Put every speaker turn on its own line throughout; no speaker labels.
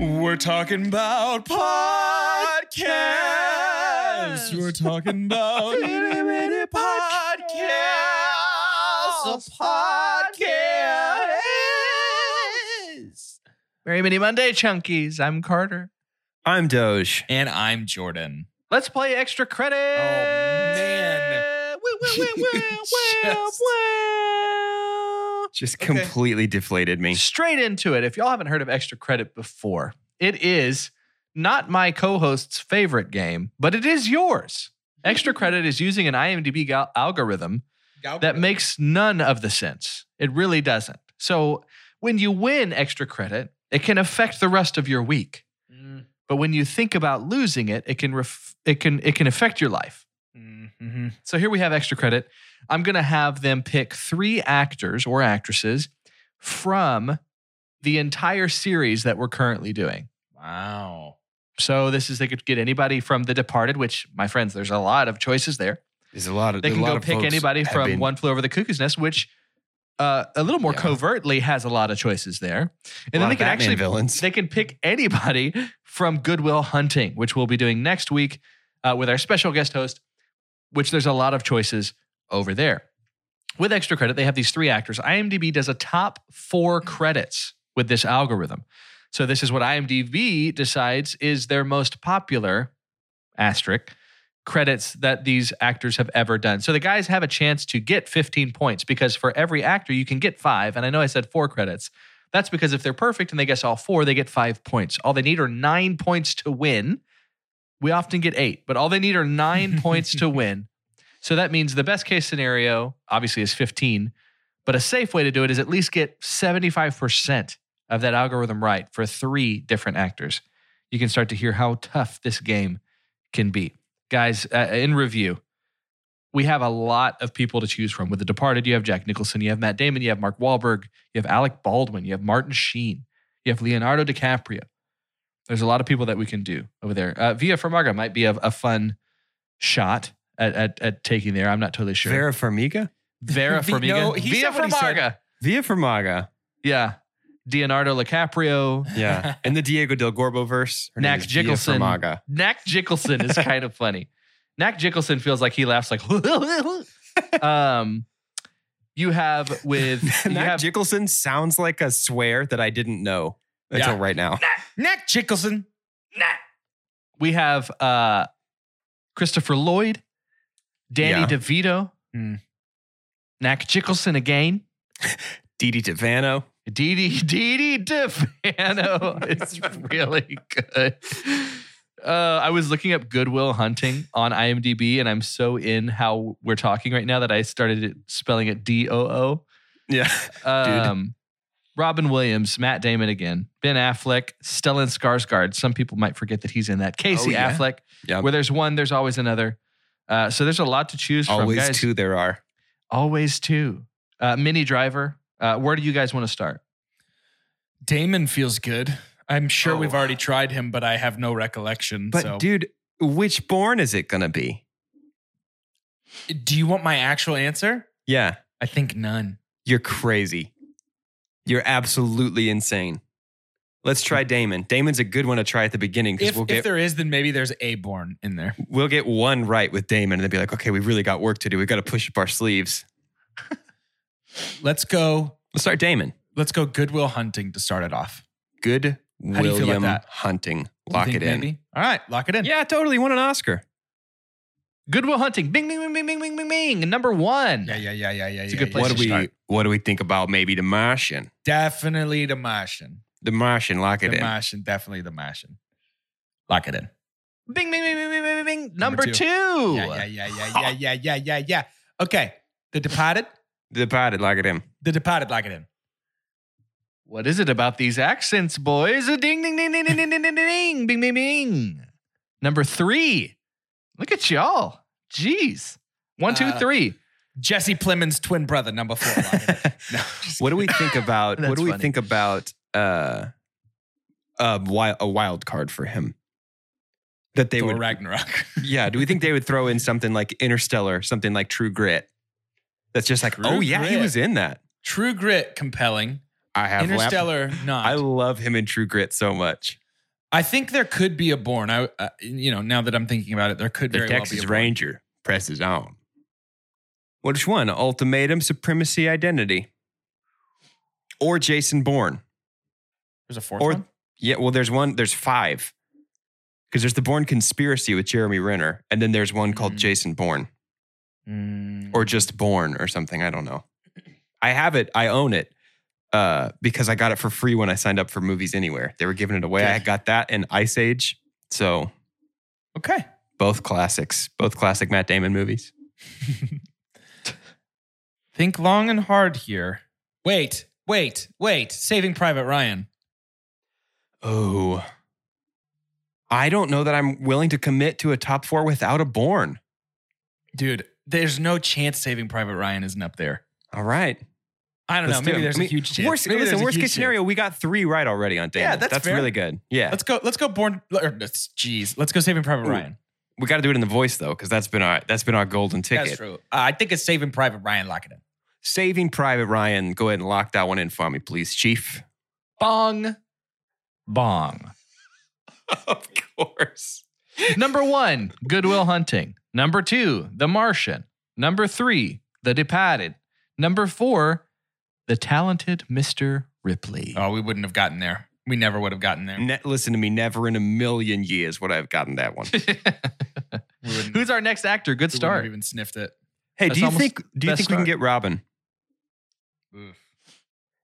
We're talking about podcasts. We're talking about itty bitty podcasts. A podcast.
Merry Mini Monday, Chunkies. I'm Carter.
I'm Doge.
And I'm Jordan.
Let's play extra credit. Oh
man.
Well, well, well, well, well,
Just-
well.
Just
Okay.
completely deflated me.
Straight into it. If y'all haven't heard of extra credit before, it is not my co-host's favorite game, but it is yours. Extra credit is using an IMDb gal- algorithm that makes none of the sense. It really doesn't. So when you win extra credit, it can affect the rest of your week. But when you think about losing it, it can ref- it can it can affect your life.
Mm-hmm.
So here we have extra credit. I'm going to have them pick 3 actors or actresses from the entire series that we're currently doing.
Wow.
So this is they could get anybody from The Departed, which my friends, there's a lot of choices there.
There's a lot of
They
a
can
lot
go
of
pick
folks
anybody
have
from
been-
One Flew Over the Cuckoo's Nest, which uh, a little more
Yeah.
covertly has a lot of choices there.
a
And
lot
then they
of
can
Batman
actually
villains.
they can pick anybody from Goodwill Hunting, which we'll be doing next week uh, with our special guest host, which there's a lot of choices over there. With extra credit, they have these three actors. IMDb does a top four credits with this algorithm. So this is what IMDb decides is their most popular asterisk credits that these actors have ever done. So the guys have a chance to get 15 points because for every actor you can get 5 and I know I said 4 credits. That's because if they're perfect and they guess all 4, they get 5 points. All they need are 9 points to win. We often get 8, but all they need are 9 points to win. So that means the best case scenario obviously is 15, but a safe way to do it is at least get 75% of that algorithm right for 3 different actors. You can start to hear how tough this game can be. Guys, uh, in review, we have a lot of people to choose from. With The Departed, you have Jack Nicholson, you have Matt Damon, you have Mark Wahlberg, you have Alec Baldwin, you have Martin Sheen, you have Leonardo DiCaprio. There's a lot of people that we can do over there. Uh, Via Farmaga might be a, a fun shot at, at, at taking there. I'm not totally sure.
Vera Farmiga?
Vera
V-
Farmiga.
no, he
Via
said what he said.
Farmaga.
Via Farmaga.
Yeah. Leonardo DiCaprio.
Yeah. and the Diego Del Gorbo verse. Her name
Nax
is Via
Jickelson.
Farmaga.
Nack Jickelson is kind of funny. Nack Jickelson feels like he laughs like. um, you have with you
Nack
have
Jickelson sounds like a swear that I didn't know until
Yeah.
right now.
Nick Chickelson.
we have uh, Christopher Lloyd, Danny
Yeah.
DeVito,
Hmm.
Nack Jickelson again.
Didi Devano.
Dee Dee Dee Dee DeFano is really good. Uh, I was looking up Goodwill Hunting on IMDb, and I'm so in how we're talking right now that I started it- spelling it D O O.
Yeah.
Um, Robin Williams, Matt Damon again, Ben Affleck, Stellan Skarsgård. Some people might forget that he's in that. Casey
Oh, yeah.
Affleck.
Yep.
Where there's one, there's always another. Uh, so there's a lot to choose from.
Always
guys.
two there are.
Always two. Uh, Mini Driver. Uh, where do you guys want to start?
Damon feels good. I'm sure
Oh.
we've already tried him, but I have no recollection.
But
so.
dude, which born is it gonna be?
do you want my actual answer?
Yeah.
I think none.
You're crazy. You're absolutely insane. Let's try Damon. Damon's a good one to try at the beginning because
If,
we'll
if
get
there is, then maybe there's a born in there.
we'll get one right with Damon and then be like, okay, we really got work to do. We've got to push up our sleeves.
Let's go.
Let's start Damon.
Let's go. Goodwill hunting to start it off.
Good
do you feel about
William
that?
Hunting.
You
Lock
think
it in.
maybe? All right, lock it in.
Yeah, totally. Won an Oscar.
Goodwill Hunting. Bing, bing, bing, bing, bing, bing, bing, bing. Number one.
Yeah, yeah, yeah, yeah, yeah.
It's a
yeah,
good
yeah.
place
what
to
do we
start.
what do we think about maybe the Martian?
Definitely the Martian.
The Martian, lock it
the
in.
Martian, definitely the Martian. Lock it in.
Bing, bing, bing, bing, bing, bing, bing, bing.
Number
Number, two.
two. Yeah, yeah, yeah, yeah, yeah, yeah, yeah, yeah, yeah. Okay. The Departed.
The Departed, lock it in.
The Departed, lock it in.
What is it about these accents, boys? Ding, ding, ding, ding, ding, ding, ding, ding, ding, ding, bing, bing, bing. Number three. Look at y'all. Jeez. One, two,
Uh,
three.
Jesse Plemons' twin brother, number four. Lock it in. No, just
What do we think about what
That's
do we
funny.
think about uh a wild, a wild card for him? That they
Thor
would
Ragnarok.
Yeah, do we think they would throw in something like Interstellar, something like True Grit? That's just like,
True
"Oh yeah, he
Grit.
was in that."
True Grit, compelling.
I have lap-
Interstellar, not.
I love him in True Grit so much.
I think there could be a Born. I, uh, you know, now that I'm thinking about it, there could
The
very well
Texas
be a Bourne.
Ranger presses on. Which one? Ultimatum, Supremacy, Identity, or Jason Bourne?
There's a fourth
Or
one.
yeah, well, there's one. There's five because there's the Bourne Conspiracy with Jeremy Renner, and then there's one called
Mm.
Jason Bourne
Mm.
or just Bourne or something. I don't know. I have it. I own it uh, because I got it for free when I signed up for Movies Anywhere. They were giving it away.
Okay.
I got that and Ice Age. So
okay.
both classics, both classic Matt Damon movies.
Think long and hard here. Wait, wait, wait. Saving Private Ryan.
Oh. I don't know that I'm willing to commit to a top four without a Born.
Dude, there's no chance Saving Private Ryan isn't up there.
All right.
I don't know. Maybe there's a huge chance.
Worst,
Maybe
listen,
there's a
worst
huge
case
chance.
scenario, we got three right already on Damon.
Yeah, that's fair.
really good. Yeah.
Let's go. Let's go. Born. or, that's- Jeez. Let's go. Saving Private
Ooh,
Ryan.
we got to do it in the voice, though, because that's been our that's been our golden ticket.
That's true. Uh, I think it's Saving Private Ryan. Lock it in.
Saving Private Ryan. Go ahead and lock that one in for me, please, Chief.
Bong. Bong.
of course.
Number one, Goodwill Hunting. Number two, The Martian. Number three, The Departed. Number four, The Talented Mr. Ripley.
Oh, we wouldn't have gotten there. We never would have gotten there.
Ne- listen to me. Never in a million years would I have gotten that one.
We wouldn't-
Who's our next actor? Good
we wouldn't have
start.
Even sniffed it.
Hey,
That's
do you
almost
think do you
best
think we
start.
can get Robin?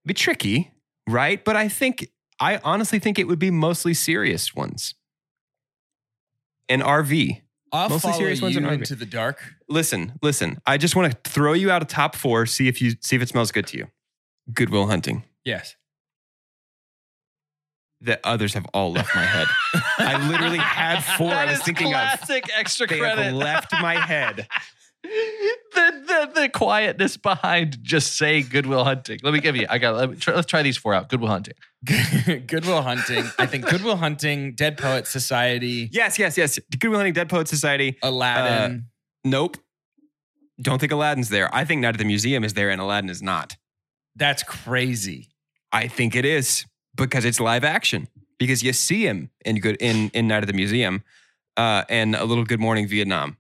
be tricky, right? But I think I honestly think it would be mostly serious ones. An RV.
I'll
Mostly
follow
serious ones in
you
Harvey.
into the dark.
Listen, listen. I just want to throw you out a top four. See if you see if it smells good to you. Goodwill Hunting.
Yes.
The others have all left my head. I literally had four.
That
I was
is
thinking of.
classic extra
They
credit.
have left my head.
the, the the quietness behind just say Goodwill Hunting. Let me give you. I got. Let me try, let's try these four out. Goodwill Hunting.
Goodwill Hunting. I think Goodwill Hunting, Dead Poet Society,
Yes, yes, yes. Goodwill Hunting, Dead Poets Society. Uh,
Aladdin.
Nope. Don't think Aladdin's there. I think Night at the Museum is there, and Aladdin is not.
That's crazy.
I think it is because it's live action. Because you see him in good in in Night at the Museum, uh, and a little Good Morning Vietnam.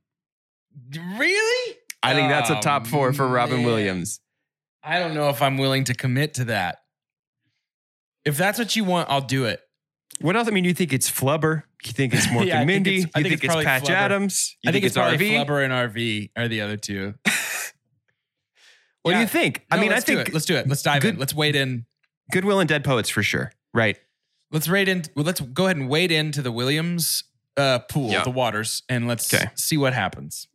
Really?
I think that's a
Oh,
top four for Robin
man.
Williams.
I don't know if I'm willing to commit to that. If that's what you want, I'll do it.
What else? I mean, you think it's Flubber? You think it's Mork
Yeah, I
and
think
Mindy?
it's- I
you
think
think,
it's
it's
probably
Patch
Flubber.
Adams? You
I think, it's, probably
RV?
Flubber and RV are the other two.
What do
Yeah.
you think? I
No,
mean, I
let's do
think
it. let's do it. Let's dive in.
Good-
Let's wade in.
Goodwill and Dead Poets for sure. Right.
Let's wade in. Well, let's go ahead and wade into the Williams uh, pool,
Yeah.
the waters, and let's
Okay.
see what happens.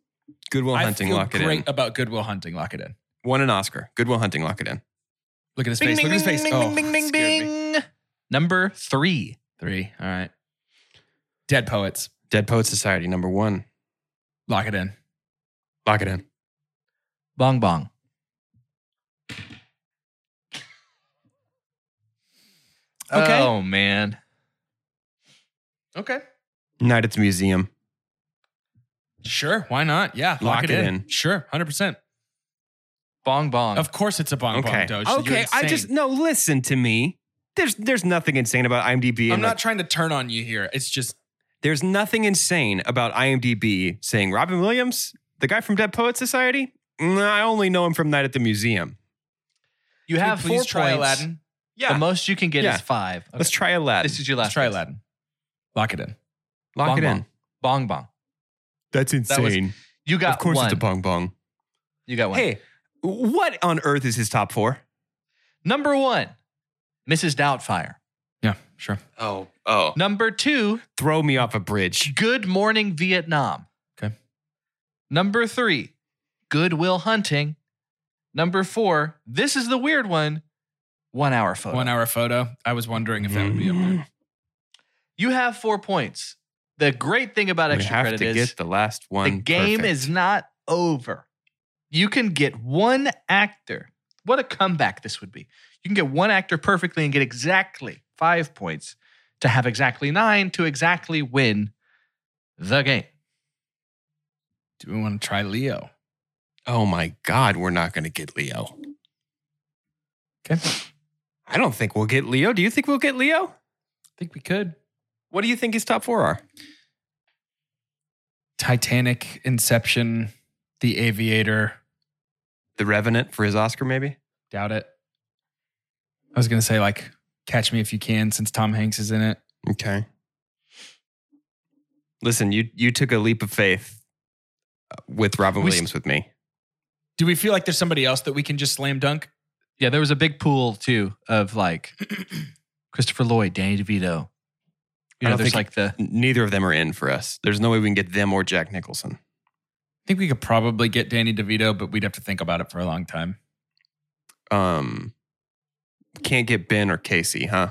Goodwill
I
Hunting,
feel
lock it
great
in.
about Goodwill Hunting. Lock it in.
Won an Oscar. Goodwill Hunting, lock it in.
Look at his face. Look at his face.
bing,
oh,
bing, bing,
scared me.
bing, bing. Number three.
Three. All right. Dead Poets.
Dead Poets Society, number one,
Lock it in.
lock it in.
Bong Bong.
Okay.
Oh man. Oh.
Okay.
Night at the Museum.
Sure. Why not? Yeah. Lock,
Lock
it,
it
in.
in.
Sure. 100%.
Bong Bong.
Of course it's a bong
okay.
bong doge. You're
okay. I
insane.
just no. Listen to me. There's there's nothing insane about IMDb.
I'm
and,
not
like,
trying to turn on you here. It's just
there's nothing insane about IMDb saying Robin Williams, the guy from Dead Poets Society. "Mm, I only know him from Night at the Museum.
you
Can
have
we
four
please try
points.
Aladdin.
The most you can get
Yeah.
is five. Okay.
Let's try Aladdin.
This is your last.
Let's try
one.
Aladdin. Lock it in.
Lock
Bong
it in.
Bong Bong.
That's
That was- You got
of course,
one.
it's a bong bong.
you got one.
Hey, what on earth is his top four?
Number one, Mrs. Doubtfire.
Yeah, sure.
Oh, oh,
Number two,
throw me off a bridge.
Good Morning Vietnam.
Okay.
Number three, Goodwill Hunting. Number four, this is the weird one, One Hour Photo.
One hour photo. I was wondering if that would be up there.
You have four points. The great thing about
we
extra
have
credit
to
is
get the last one.
the game
perfect.
is not over. You can get one actor. What a comeback this would be. You can get one actor perfectly and get exactly five points to have exactly nine to exactly win the game.
Do we want to try Leo?
Oh my God, we're not going to get Leo.
Okay. I
I don't think we'll get Leo. Do you think we'll get Leo?
think we could.
What do you think his top four are?
Titanic, Inception, The Aviator.
The Revenant for his Oscar, maybe?
Doubt it. I was gonna say like Catch Me If You Can, since Tom Hanks is in it.
Okay. Listen, you you took a leap of faith uh, with Robin
We s-
Williams with me.
Do we feel like there's somebody else that we can just slam dunk?
Yeah, there was a big pool too of like Christopher Lloyd, Danny DeVito. You know,
I don't
there's
think-
like the
N- Neither of them are in for us. There's no way we can get them or Jack Nicholson.
I think we could probably get Danny DeVito, but we'd have to think about it for a long time.
Um, can't get Ben or Casey, huh?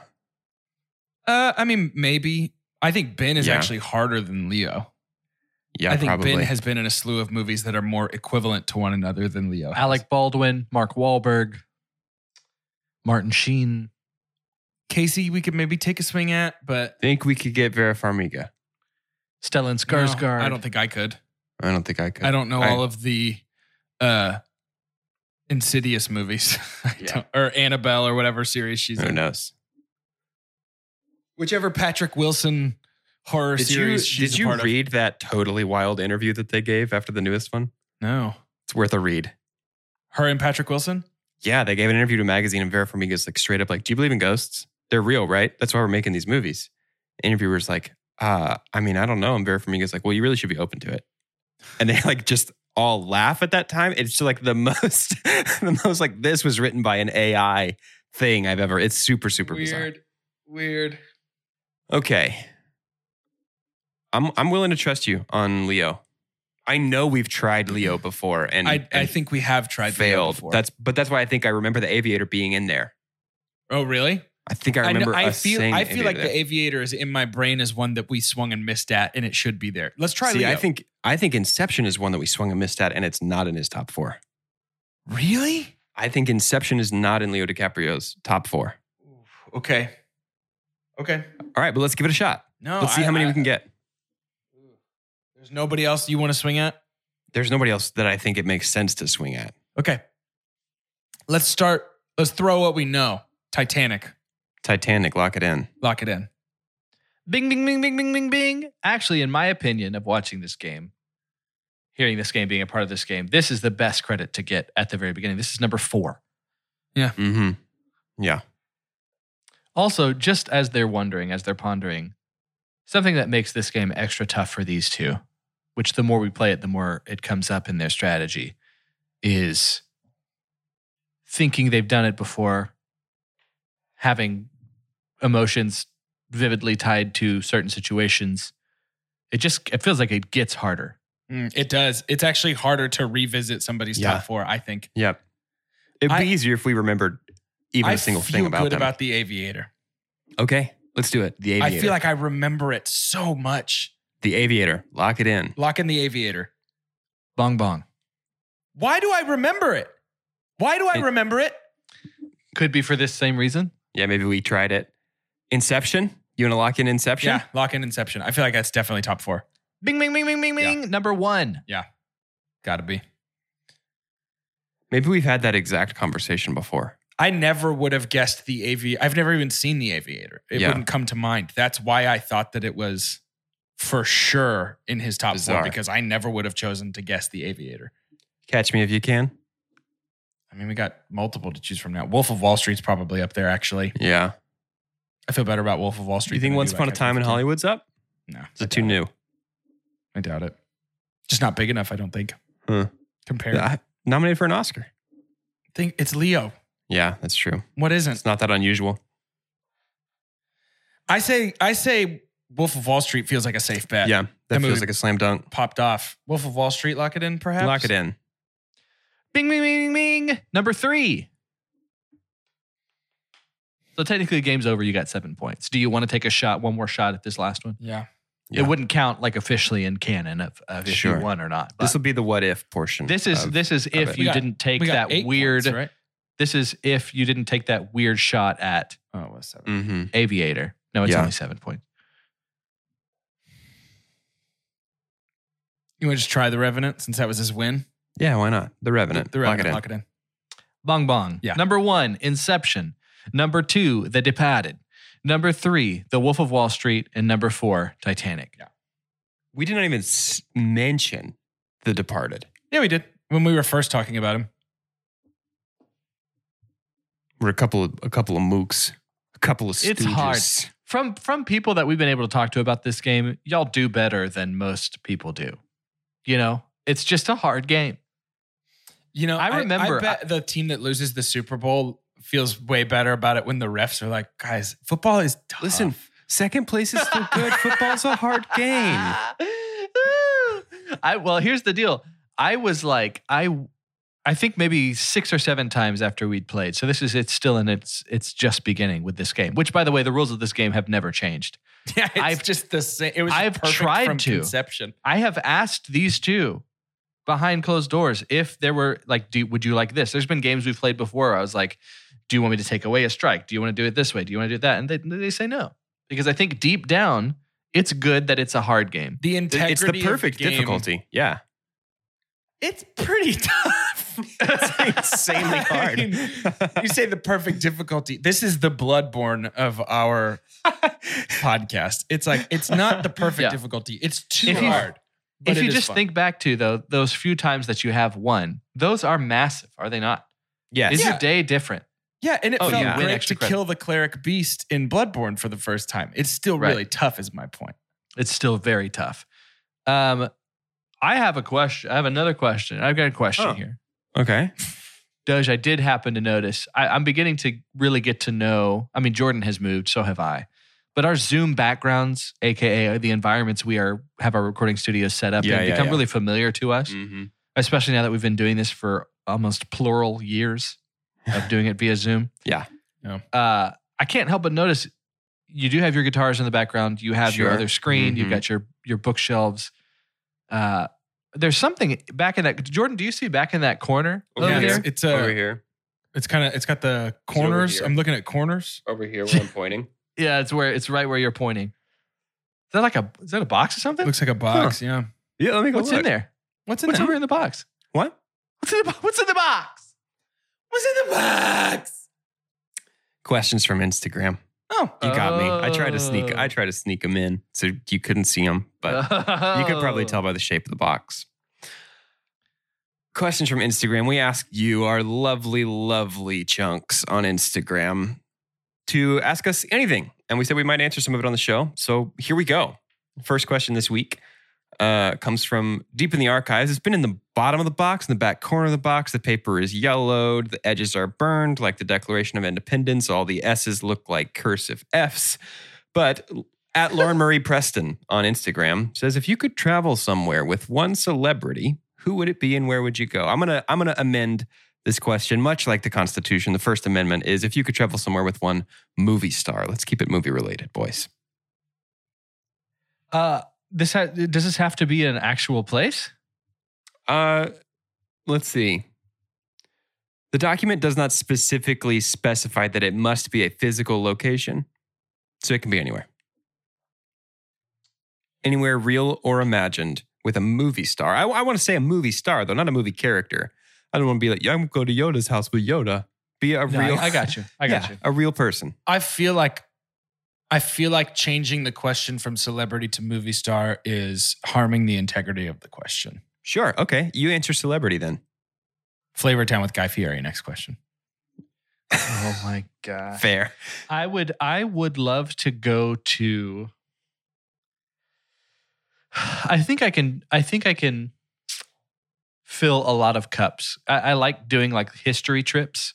Uh, I mean, maybe. I think Ben is
Yeah.
actually harder than Leo.
Yeah,
I think
probably.
Ben has been in a slew of movies that are more equivalent to one another than Leo. has.
Alec Baldwin, Mark Wahlberg, Martin Sheen.
Casey, we could maybe take a swing at, but
think we could get Vera Farmiga.
Stellan
no,
Skarsgård.
I don't think I could.
I don't think I could.
I don't know
I-
all of the uh Insidious movies, I
Yeah.
don't- or Annabelle, or whatever series she's
Who
in.
knows?
Whichever Patrick Wilson horror
Did you,
series she's a
did you
part of.
read that totally wild interview that they gave after the newest one?
No,
It's worth a read.
her and Patrick Wilson.
Yeah, they gave an interview to a magazine and Vera Farmiga's like straight up like, "Do you believe in ghosts? They're real, right? That's why we're making these movies." Interviewer's like, "Uh, I mean, I don't know." And Vera Farmiga's like, "Well, you really should be open to it." And they like just all laugh at that time. It's just, like the most, the most like this was written by an AI thing I've ever. It's super super bizarre.
weird.
Okay. I'm I'm willing to trust you on Leo. I know we've tried Leo before and
Mm-hmm. I, I
and
think we have tried Leo
failed.
before.
That's but that's why I think I remember the aviator being in there.
oh really?
I think I
know-
remember
I
us
feel
saying
I feel like
aviator.
the aviator is in my brain as one that we swung and missed at, and it should be there. Let's try.
See,
Leo.
I think I think Inception is one that we swung and missed at, and it's not in his top four.
really
I think Inception is not in Leo DiCaprio's top four.
okay. Okay.
All right, but let's give it a shot.
No.
Let's see
I-
how many
I-
we can get.
There's nobody else you want to swing at.
There's nobody else that I think it makes sense to swing at.
Okay. Let's start. Let's throw what we know. Titanic.
Titanic, lock it in.
Lock it in.
Bing, bing, bing, bing, bing, bing, bing. Actually, in my opinion of watching this game, hearing this game, being a part of this game, this is the best credit to get at the very beginning. This is number four.
Mm-hmm. Yeah.
Also, just as they're wondering, as they're pondering, something that makes this game extra tough for these two, which the more we play it, the more it comes up in their strategy, is thinking they've done it before, having emotions vividly tied to certain situations. It just it feels like it gets harder.
Mm, it does. It's actually harder to revisit somebody's
Yeah.
top four. I think.
Yep. It'd be
I-
easier if we remembered even
I
a single
feel
thing about
good
them.
about the aviator.
okay, let's do it. The aviator.
I feel like I remember it so much.
the aviator. Lock it in.
Lock in the aviator.
Bong bong.
Why do I remember it? Why do I
It-
remember it?
Could be for this same reason.
Yeah, maybe we tried it. Inception. You want to lock in Inception?
Yeah, lock in Inception. I feel like that's definitely top four.
Bing bing bing bing bing
Yeah.
bing. Number one.
Gotta be.
Maybe we've had that exact conversation before.
I never would have guessed the aviator. I've never even seen the aviator. It
Yeah.
wouldn't come to mind. That's why I thought that it was for sure in his top
Bizarre.
four because I never would have chosen to guess the aviator.
Catch me if you can.
I mean, we got multiple to choose from now. Wolf of Wall Street's probably up there, actually.
Yeah.
I feel better about Wolf of Wall Street.
Do you think
than I
Once
do
Upon a
about
Time in
Catch Me
Hollywood's up?
If You Can. No.
Is it
I
too
doubt
new?
I doubt it. Just not big enough, I don't think.
Huh.
Compared, I
I, Uh, nominated for an Oscar.
think it's Leo.
Yeah, that's true.
What isn't?
It's not that unusual.
I say, I say, Wolf of Wall Street feels like a safe bet.
yeah, that feels
movie-
like a slam dunk.
popped off. Wolf of Wall Street, lock it in, perhaps.
Lock it in.
Bing, bing, bing, bing, bing. Number three. So technically, the game's over. You got seven points. Do you want to take a shot, one more shot at this last one?
Yeah.
Yeah.
It wouldn't count like officially in canon of, of if
Sure.
you won or not. But
This will be the what if portion.
this is
of-
this is
it.
if
We
you
got-
didn't take
We got
that
eight
weird.
points, right?
This is if you didn't take that weird shot at
Oh, it was seven.
Mhm.
Aviator. No, it's
Yeah.
only seven points.
You want to just try the Revenant since that was his win?
Yeah, why not? The Revenant.
The
Lock it
Revenant,
in.
lock it in.
Bong bong.
Yeah.
Number one, Inception. Number two, The Departed. Number three, The Wolf of Wall Street, and number four, Titanic.
We did not even s- mention The Departed.
Yeah, we did when we were first talking about him.
We're a couple of a couple of mooks, a couple of
It's hard.
stooges.
from from people that we've been able to talk to about this game, y'all do better than most people do. You know, it's just a hard game.
You know,
I remember-
I, bet the team that loses the Super Bowl feels way better about it when the refs are like, "Guys, football is tough.
Listen, second place is still good. Football's a hard game.
I well, here's the deal. I was like, I I think maybe six or seven times after we'd played. So this is it's still in its it's just beginning with this game. Which by the way, the rules of this game have never changed.
yeah, it's
I've-
just the same. It was
I've
perfect
tried
from
to.
conception.
I have asked these two behind closed doors if there were like, do would you like this? There's been games we've played before. where I was like, do you want me to take away a strike? Do you want to do it this way? Do you want to do that? And they, they say no because I think deep down it's good that it's a hard game.
The integrity.
It's the
of
perfect
game-
difficulty. Yeah.
It's pretty tough.
It's insanely hard.
I mean, you say the perfect difficulty. This is the bloodborne of our podcast. It's like it's not the perfect
Yeah.
difficulty. It's too
If you-
hard. but
if
it
you
is
just
fun.
think back to though those few times that you have won, those are massive, are they not?
yes.
Is
Yeah.
your day different?
yeah, and it
Oh,
felt
yeah.
Win
great to
extra credit.
kill the cleric beast in Bloodborne for the first time. It's still
Right.
really tough, is my point.
It's still very tough. Um, I have a question. I have another question. I've got a question
Oh.
here.
Okay.
Doge, I did happen to notice. I, I'm beginning to really get to know. I mean, Jordan has moved, so have I. But our Zoom backgrounds, aka the environments we are have our recording studios set up,
Yeah,
and
yeah,
become
yeah.
really familiar to us,
Mhm.
especially now that we've been doing this for almost plural years of doing it via Zoom.
Yeah.
Yeah.
Uh, I can't help but notice you do have your guitars in the background. You have your
Sure.
other screen. You've
Mhm.
got your your bookshelves. Uh, there's something back in that. Jordan, do you see back in that corner
Over
over
here.
there?
it's, it's uh,
over
a,
here.
it's kind of, it's got the
It's over
corners.
here.
I'm looking at corners.
Over here where I'm pointing.
Yeah, it's where it's right where you're pointing. Is that like a is that a box or something?
looks like a box. Yeah.
Yeah, let me go.
What's in
look.
there?
What's in
What's
there?
over in the box?
What?
What's in the bo- what's in the box?
What's in the box?
Questions from Instagram.
Oh,
You got me. I tried to sneak.
Oh.
I tried to sneak them in, so you couldn't see them, but you could
Oh.
probably tell by the shape of the box. Questions from Instagram. We asked you, our lovely, lovely chunks on Instagram, to ask us anything, and we said we might answer some of it on the show. So here we go. First question this week uh, comes from deep in the archives. It's been in the bottom of the box, in the back corner of the box. The paper is yellowed. The edges are burned, like the Declaration of Independence. All the S's look like cursive F's. But at Lauren Murray Preston on Instagram says, if you could travel somewhere with one celebrity, who would it be and where would you go? I'm gonna I'm gonna amend this question, much like the Constitution. The First Amendment is if you could travel somewhere with one movie star. Let's keep it movie related, boys.
Uh, this ha- does this have to be an actual place?
Uh, let's see. The document does not specifically specify that it must be a physical location, so it can be anywhere. Anywhere real or imagined with a movie star. I, want to say a movie star, though, not a movie character. I don't want to be like, yeah, I'm going to go to Yoda's house with Yoda. Be a
No,
real.
I, I got you. I got
Yeah,
you.
A real person.
I feel like I feel like changing the question from celebrity to movie star is harming the integrity of the question.
Sure. Okay. You answer celebrity then.
Flavor Town with Guy Fieri. Next question.
Oh my god.
Fair.
I would I would love to go to I think I can I think I can fill a lot of cups. I, I like doing like history trips.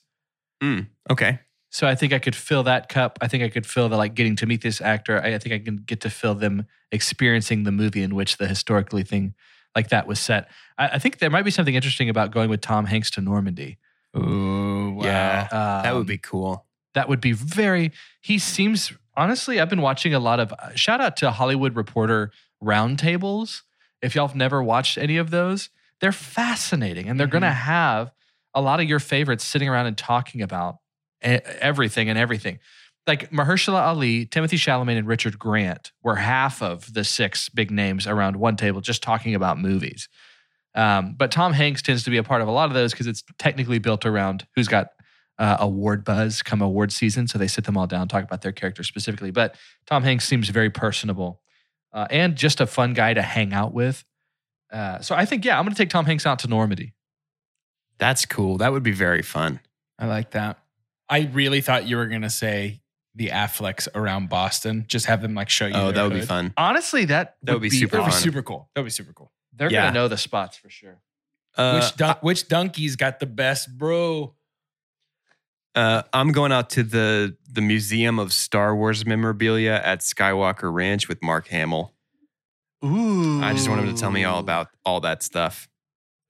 Okay.
So I think I could fill that cup. I think I could fill the like getting to meet this actor. I, I think I can get to fill them experiencing the movie in which the historically thing like that was set. I, I think there might be something interesting about going with Tom Hanks to Normandy.
Ooh, wow.
Yeah. that
Um,
would be cool.
that would be very. He seems honestly. I've been watching a lot of uh, shout out to Hollywood Reporter roundtables. If y'all have never watched any of those, they're fascinating, and they're going to have a lot of your favorites sitting around and talking about e- everything and everything. Like Mahershala Ali, Timothy Chalamet, and Richard Grant were half of the six big names around one table just talking about movies. Um, but Tom Hanks tends to be a part of a lot of those because it's technically built around who's got uh, award buzz come award season. So they sit them all down, talk about their character specifically. But Tom Hanks seems very personable uh, and just a fun guy to hang out with. Uh, so I think, yeah, I'm going to take Tom Hanks out to Normandy.
That's cool. That would be very fun.
I like that. I really thought you were gonna say the Afflecks around Boston. Just have them like show you.
Oh,
their
that would be
hood.
fun.
Honestly, that,
That would be super
That would be
fun.
super cool. That would be super cool.
they're
Yeah.
going to know the spots for sure.
Uh,
which dun- which donkey's got the best, bro?
uh, I'm going out to the the Museum of Star Wars memorabilia at Skywalker Ranch with Mark Hamill.
Ooh.
I just want him to tell me all about all that stuff.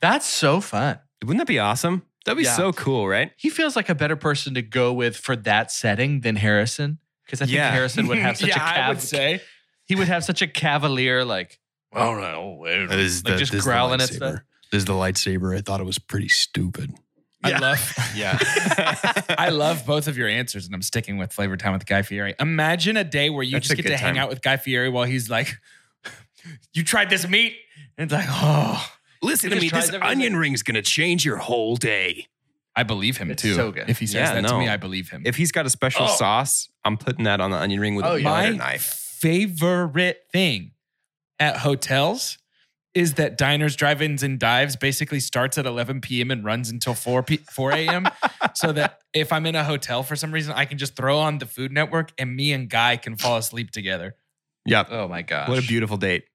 That's so fun.
Wouldn't that be awesome? That'd be
Yeah.
so cool, right?
He feels like a better person to go with for that setting than Harrison. Because I think
Yeah.
Harrison would have such
yeah,
a cav-
I would say.
he would have such a cavalier like
All right, oh, wait.
This is Like the- just this is the growling at stuff? lightsaber.
This is the lightsaber. I thought it was pretty stupid.
I love.
Yeah.
I love both of your answers, and I'm sticking with flavor time with Guy Fieri. Imagine a day where you
That's a
just get
good
to hang
time.
out with Guy Fieri while he's like, "You tried this meat," and it's like, "Oh,
Listen
He just tries everything.
ring's gonna change your whole day.
I believe him
It's
too."
so good.
If he says
Yeah,
that to
no.
me, I believe him.
if he's got a special
Oh.
sauce, I'm putting that on the onion ring with
Oh,
a
yeah.
butter
my
knife.
favorite thing at hotels is that diners, drive-ins, and dives basically starts at 11 p.m. and runs until 4 p- 4 a.m. so that if I'm in a hotel for some reason, I can just throw on the Food Network and me and Guy can fall asleep together.
Yep.
oh my gosh.
What a beautiful date.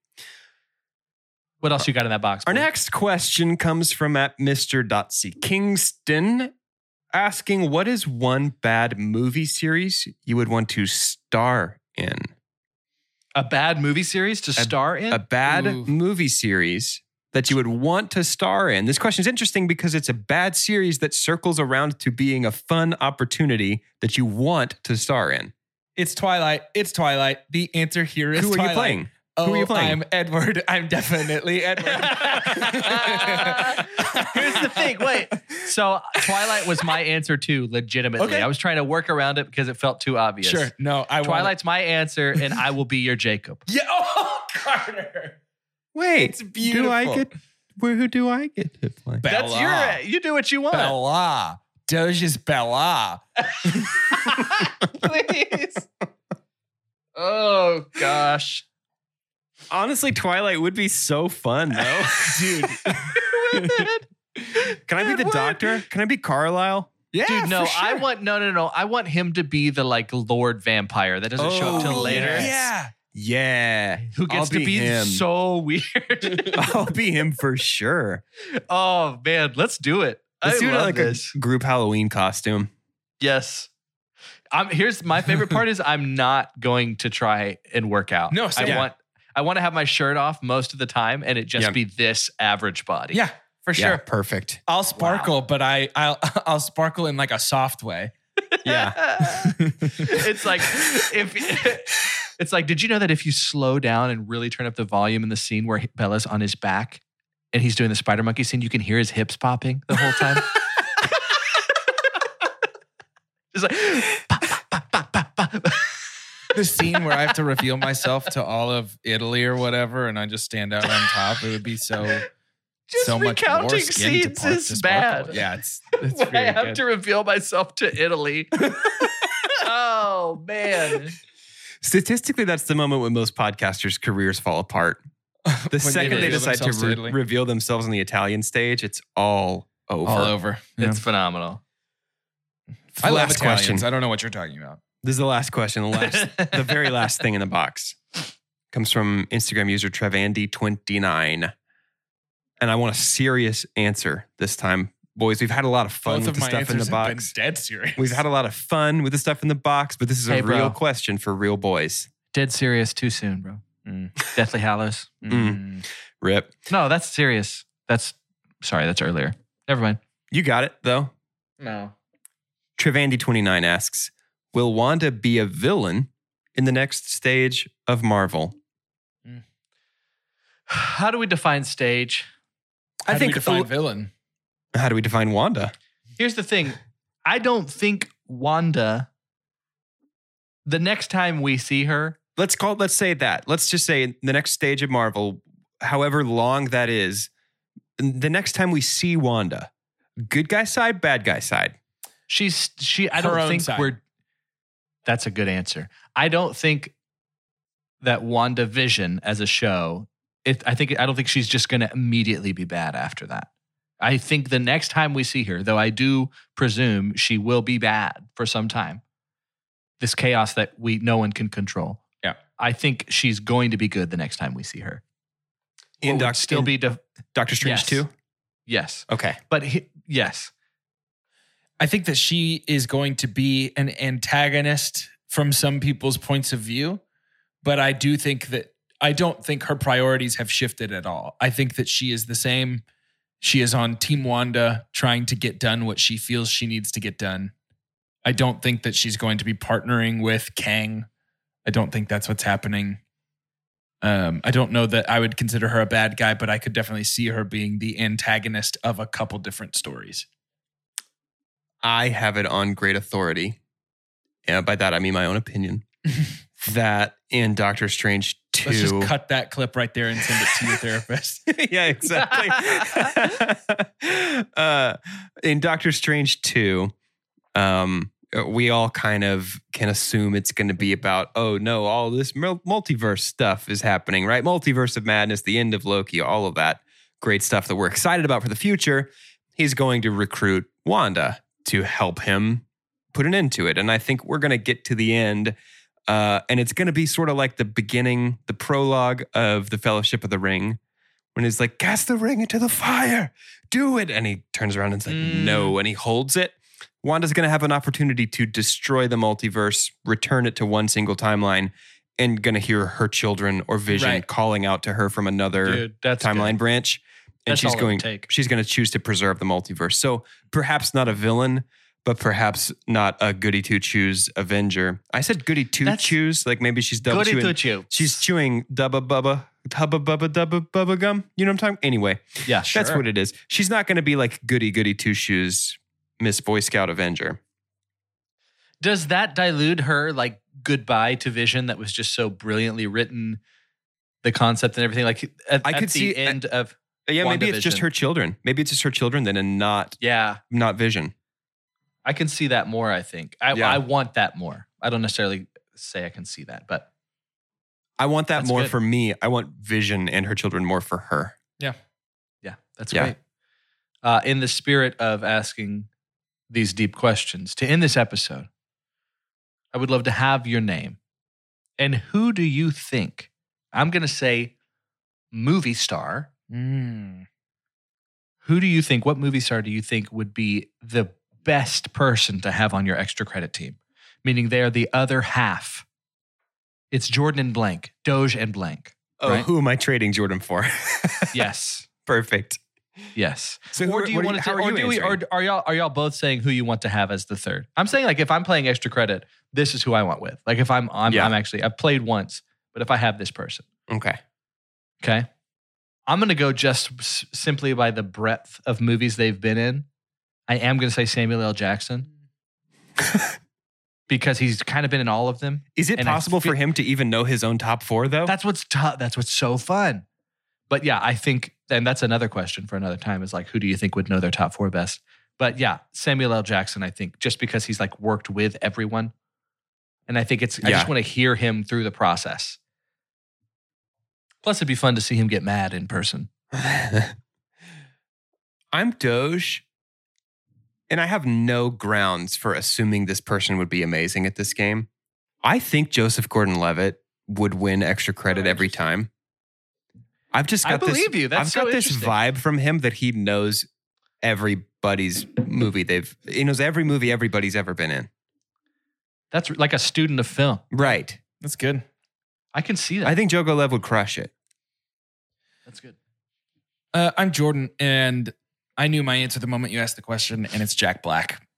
What else you got in that box?
Our
boy?
next question comes from at Mr. Dotsy Kingston asking, What is one bad movie series you would want to star in?
a bad movie series to star in?
A bad
Ooh.
movie series that you would want to star in. This question is interesting because it's a bad series that circles around to being a fun opportunity that you want to star in.
It's Twilight. It's Twilight. The answer here is
Who are
Twilight.
you playing?
Oh,
Who are you playing?
I'm Edward. I'm definitely Edward.
Here's the thing. Wait. So Twilight was my answer too, legitimately.
Okay.
I was trying to work around it because it felt too obvious.
Sure. No, I want-
Twilight's my answer, and I will be your Jacob.
Yeah. Oh, Carter.
Wait,
It's beautiful.
Do I get where? Who do I get to play?
That's
Bella.
your you do what you want.
Bella. Doge's Bella.
Please. Oh gosh.
Honestly, Twilight would be so fun, though, dude. Can I be the
Edward.
doctor? Can I be Carlisle?
Yeah.
Dude, no, I want no no no. I want him to be the like Lord vampire that doesn't show up
Oh,
till later.
Yeah.
Yeah,
Who gets
I'll
to be
him.
so weird.
I'll be him for sure.
oh man, let's do it.
Let's
I
do it
love
like
this.
a group Halloween costume.
Yes. I'm here's my favorite part is I'm not going to try and work out.
No,
I
same.
want I want to have my shirt off most of the time and it just
Yeah.
be this average body.
Yeah, for
Yeah,
sure.
perfect.
I'll sparkle, but I I'll I'll sparkle in like a soft way.
Yeah,
it's like if it's like, did you know that if you slow down and really turn up the volume in the scene where Bella's on his back and he's doing the spider monkey scene, you can hear his hips popping the whole time? it's like pop, pop, pop, pop, pop, pop.
The scene where I have to reveal myself to all of Italy or whatever, and I just stand out on top. It would be so
just
so much more
recounting
skin to
scenes
part- to
is
sparkle.
bad.
Yeah, it's
When
it's
I
very
have
good.
to reveal myself to Italy. oh man.
statistically, that's the moment when most podcasters' careers fall apart. The
When they
second they,
reveal
decide to
themselves to
re-
Italy.
reveal themselves on the Italian stage, it's all over.
all over. Yeah.
It's phenomenal.
I love
Last
Italians.
question.
I don't know what you're talking about.
This is the last question. The last, the very last thing in the box comes from Instagram user Trevandy29, and I want a serious answer this time, boys. We've had a lot of fun
Both
with
of
the
my
stuff in the
answers have been
box.
dead serious.
We've had a lot of fun with the stuff in the box, but this is a
Hey, bro.
real question for real boys.
Dead serious too soon, bro.
Mm.
Deathly Hallows.
Mm.
Rip,
No, that's serious. That's sorry, that's earlier. Never mind.
you got it though.
No.
Trevandy29 asks, Will Wanda be a villain in the next stage of Marvel?
How do we define stage?
How
I
do
think
we define villain.
how do we define Wanda?
Here's the thing. I don't think Wanda the next time we see her,
Let's call let's say that. Let's just say in the next stage of Marvel, however long that is, the next time we see Wanda, good guy side, bad guy side.
she's she I
Her
don't
own
think
side.
we're That's a good answer. I don't think that Wanda Vision as a show, it, I think I don't think she's just going to immediately be bad after that. I think the next time we see her, though I do presume she will be bad for some time. This chaos that we no one can control.
Yeah.
I think she's going to be good the next time we see her.
In
What would
Doc-
still
in-
be def-
Doctor Strange
Yes.
too?
yes,
Okay.
but he, yes,
I think that she is going to be an antagonist from some people's points of view, but I do think that I don't think her priorities have shifted at all. I think that she is the same. She is on Team Wanda trying to get done what she feels she needs to get done. I don't think that she's going to be partnering with Kang. I don't think that's what's happening. Um, I don't know that I would consider her a bad guy, but I could definitely see her being the antagonist of a couple different stories.
I have it on great authority. And by that I mean my own opinion. that in Doctor Strange 2
Let's just cut that clip right there and send it to your therapist.
yeah, exactly. uh, in Doctor Strange 2, um, we all kind of can assume it's going to be about, oh no, all this mul- multiverse stuff is happening, right? Multiverse of Madness, the end of Loki, all of that great stuff that we're excited about for the future. He's going to recruit Wanda to help him put an end to it. And I think we're going to get to the end. Uh, and it's going to be sort of like the beginning, the prologue of the Fellowship of the Ring, when he's like, cast the ring into the fire, do it. And he turns around and is like,
Mm.
no. And he holds it. Wanda's going to have an opportunity to destroy the multiverse, return it to one single timeline, and going to hear her children or vision
Right.
calling out to her from another
that's
timeline branch. And
That's
she's
all it would
going
take.
she's going to choose to preserve the multiverse. So perhaps not a villain, but perhaps not a goody two shoes Avenger. I said goody two
That's-
shoes, like maybe she's double
Good
chewing.
to you.
she's chewing dubba bubba hubba bubba dubba bubba gum. You know what I'm talking? Anyway,
Yeah,
that's what it is. She's not going to be like goody goody two shoes Miss Boy Scout Avenger.
Does that dilute her like goodbye to Vision that was just so brilliantly written, the concept and everything? Like at,
I
at
could
the
see-
end of
Yeah, maybe it's just
WandaVision.
her children. Maybe it's just her children then and not
yeah,
not Vision.
I can see that more. I think I
Yeah.
I want that more. I don't necessarily say I can see that, but
I want that
That's
more
good.
for me. I want Vision and her children more for her.
yeah, that's
Yeah.
great. Uh, in the spirit of asking these deep questions to end this episode, I would love to have your name. And who do you think? I'm going to say movie star. who do you think what movie star do you think would be the best person to have on your extra credit team meaning they are the other half it's jordan and blank doge and blank
Oh,
right?
who am I trading Jordan for?
yes
Perfect.
yes
So
or do you want to
how
or do we or
answering?
are y'all are y'all both saying who you want to have as the third i'm saying like if i'm playing extra credit this is who i went with like if i'm i'm,
Yeah.
I'm actually i've played once but if i have this person
okay.
okay i'm going to go just s- simply by the breadth of movies they've been in i am going to say samuel l jackson because he's kind of been in all of them.
Is it
And I
possible for
fe-
him to even know his own top four though?
That's what's tough. That's what's so fun. But yeah, I think, and that's another question for another time is like, who do you think would know their top four best? But yeah, Samuel L. Jackson, I think, just because he's like worked with everyone. And I think it's, I
Yeah.
just want to hear him through the process. Plus, it'd be fun to see him get mad in person.
I'm Doge, and I have no grounds for assuming this person would be amazing at this game. I think Joseph Gordon Levitt would win extra credit every time. I've just got
I believe
this,
you. That's
I've
so
got this
interesting.
vibe from him that he knows everybody's movie they've he knows every movie everybody's ever been in.
That's like a student of film.
Right.
That's good.
I can see that.
I think Joe Golev would crush it.
that's good.
Uh, I'm Jordan, and I knew my answer the moment you asked the question, and it's Jack Black.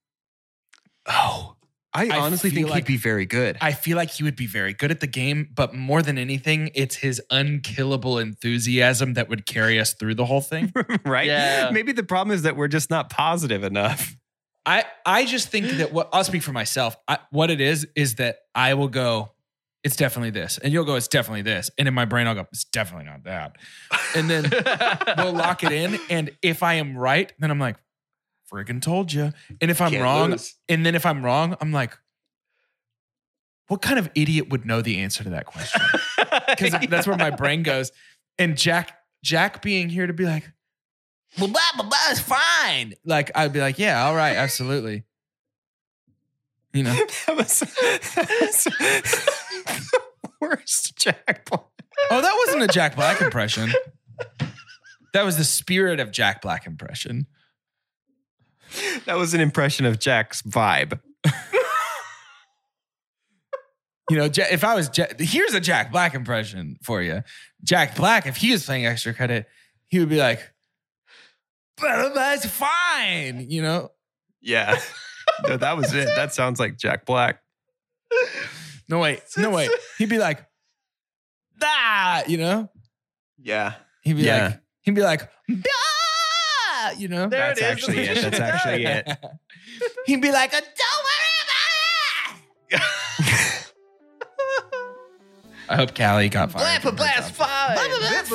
Oh. I,
I
honestly
feel
think
like-
he'd be very good.
I feel like he would be very good at the game, but more than anything, it's his unkillable enthusiasm that would carry us through the whole thing.
right?
Yeah.
Maybe the problem is that we're just not positive enough.
I I just think that what I'll speak for myself. I, what it is is that I will go, it's definitely this, and you'll go, it's definitely this, and in my brain I'll go, it's definitely not that, and then we'll lock it in. And if I am right, then I'm like, friggin' told you. And if I'm
Can't
wrong,
lose.
and then if I'm wrong, I'm like, what kind of idiot would know the answer to that question? Because that's where my brain goes. And Jack, Jack being here to be like, blah blah blah blah is fine. Like I'd be like, yeah, all right, absolutely. You know,
that was, that was the worst Jack Black.
oh, that wasn't a Jack Black impression. That was the spirit of Jack Black impression.
That was an impression of Jack's vibe.
You know, Ja- if I was Jack, here's a Jack Black impression for you. Jack Black, if he was playing extra credit, he would be like, "But that's fine," you know.
Yeah. No, that was it. That sounds like Jack Black.
No wait, no wait. He'd be like, "Ah," you know.
Yeah.
He'd be
Yeah.
like, he'd be like, "Ah," you know.
There
That's
it is.
actually it. That's actually it.
he'd be like, "Don't worry about it." I hope Callie got fired. from her job.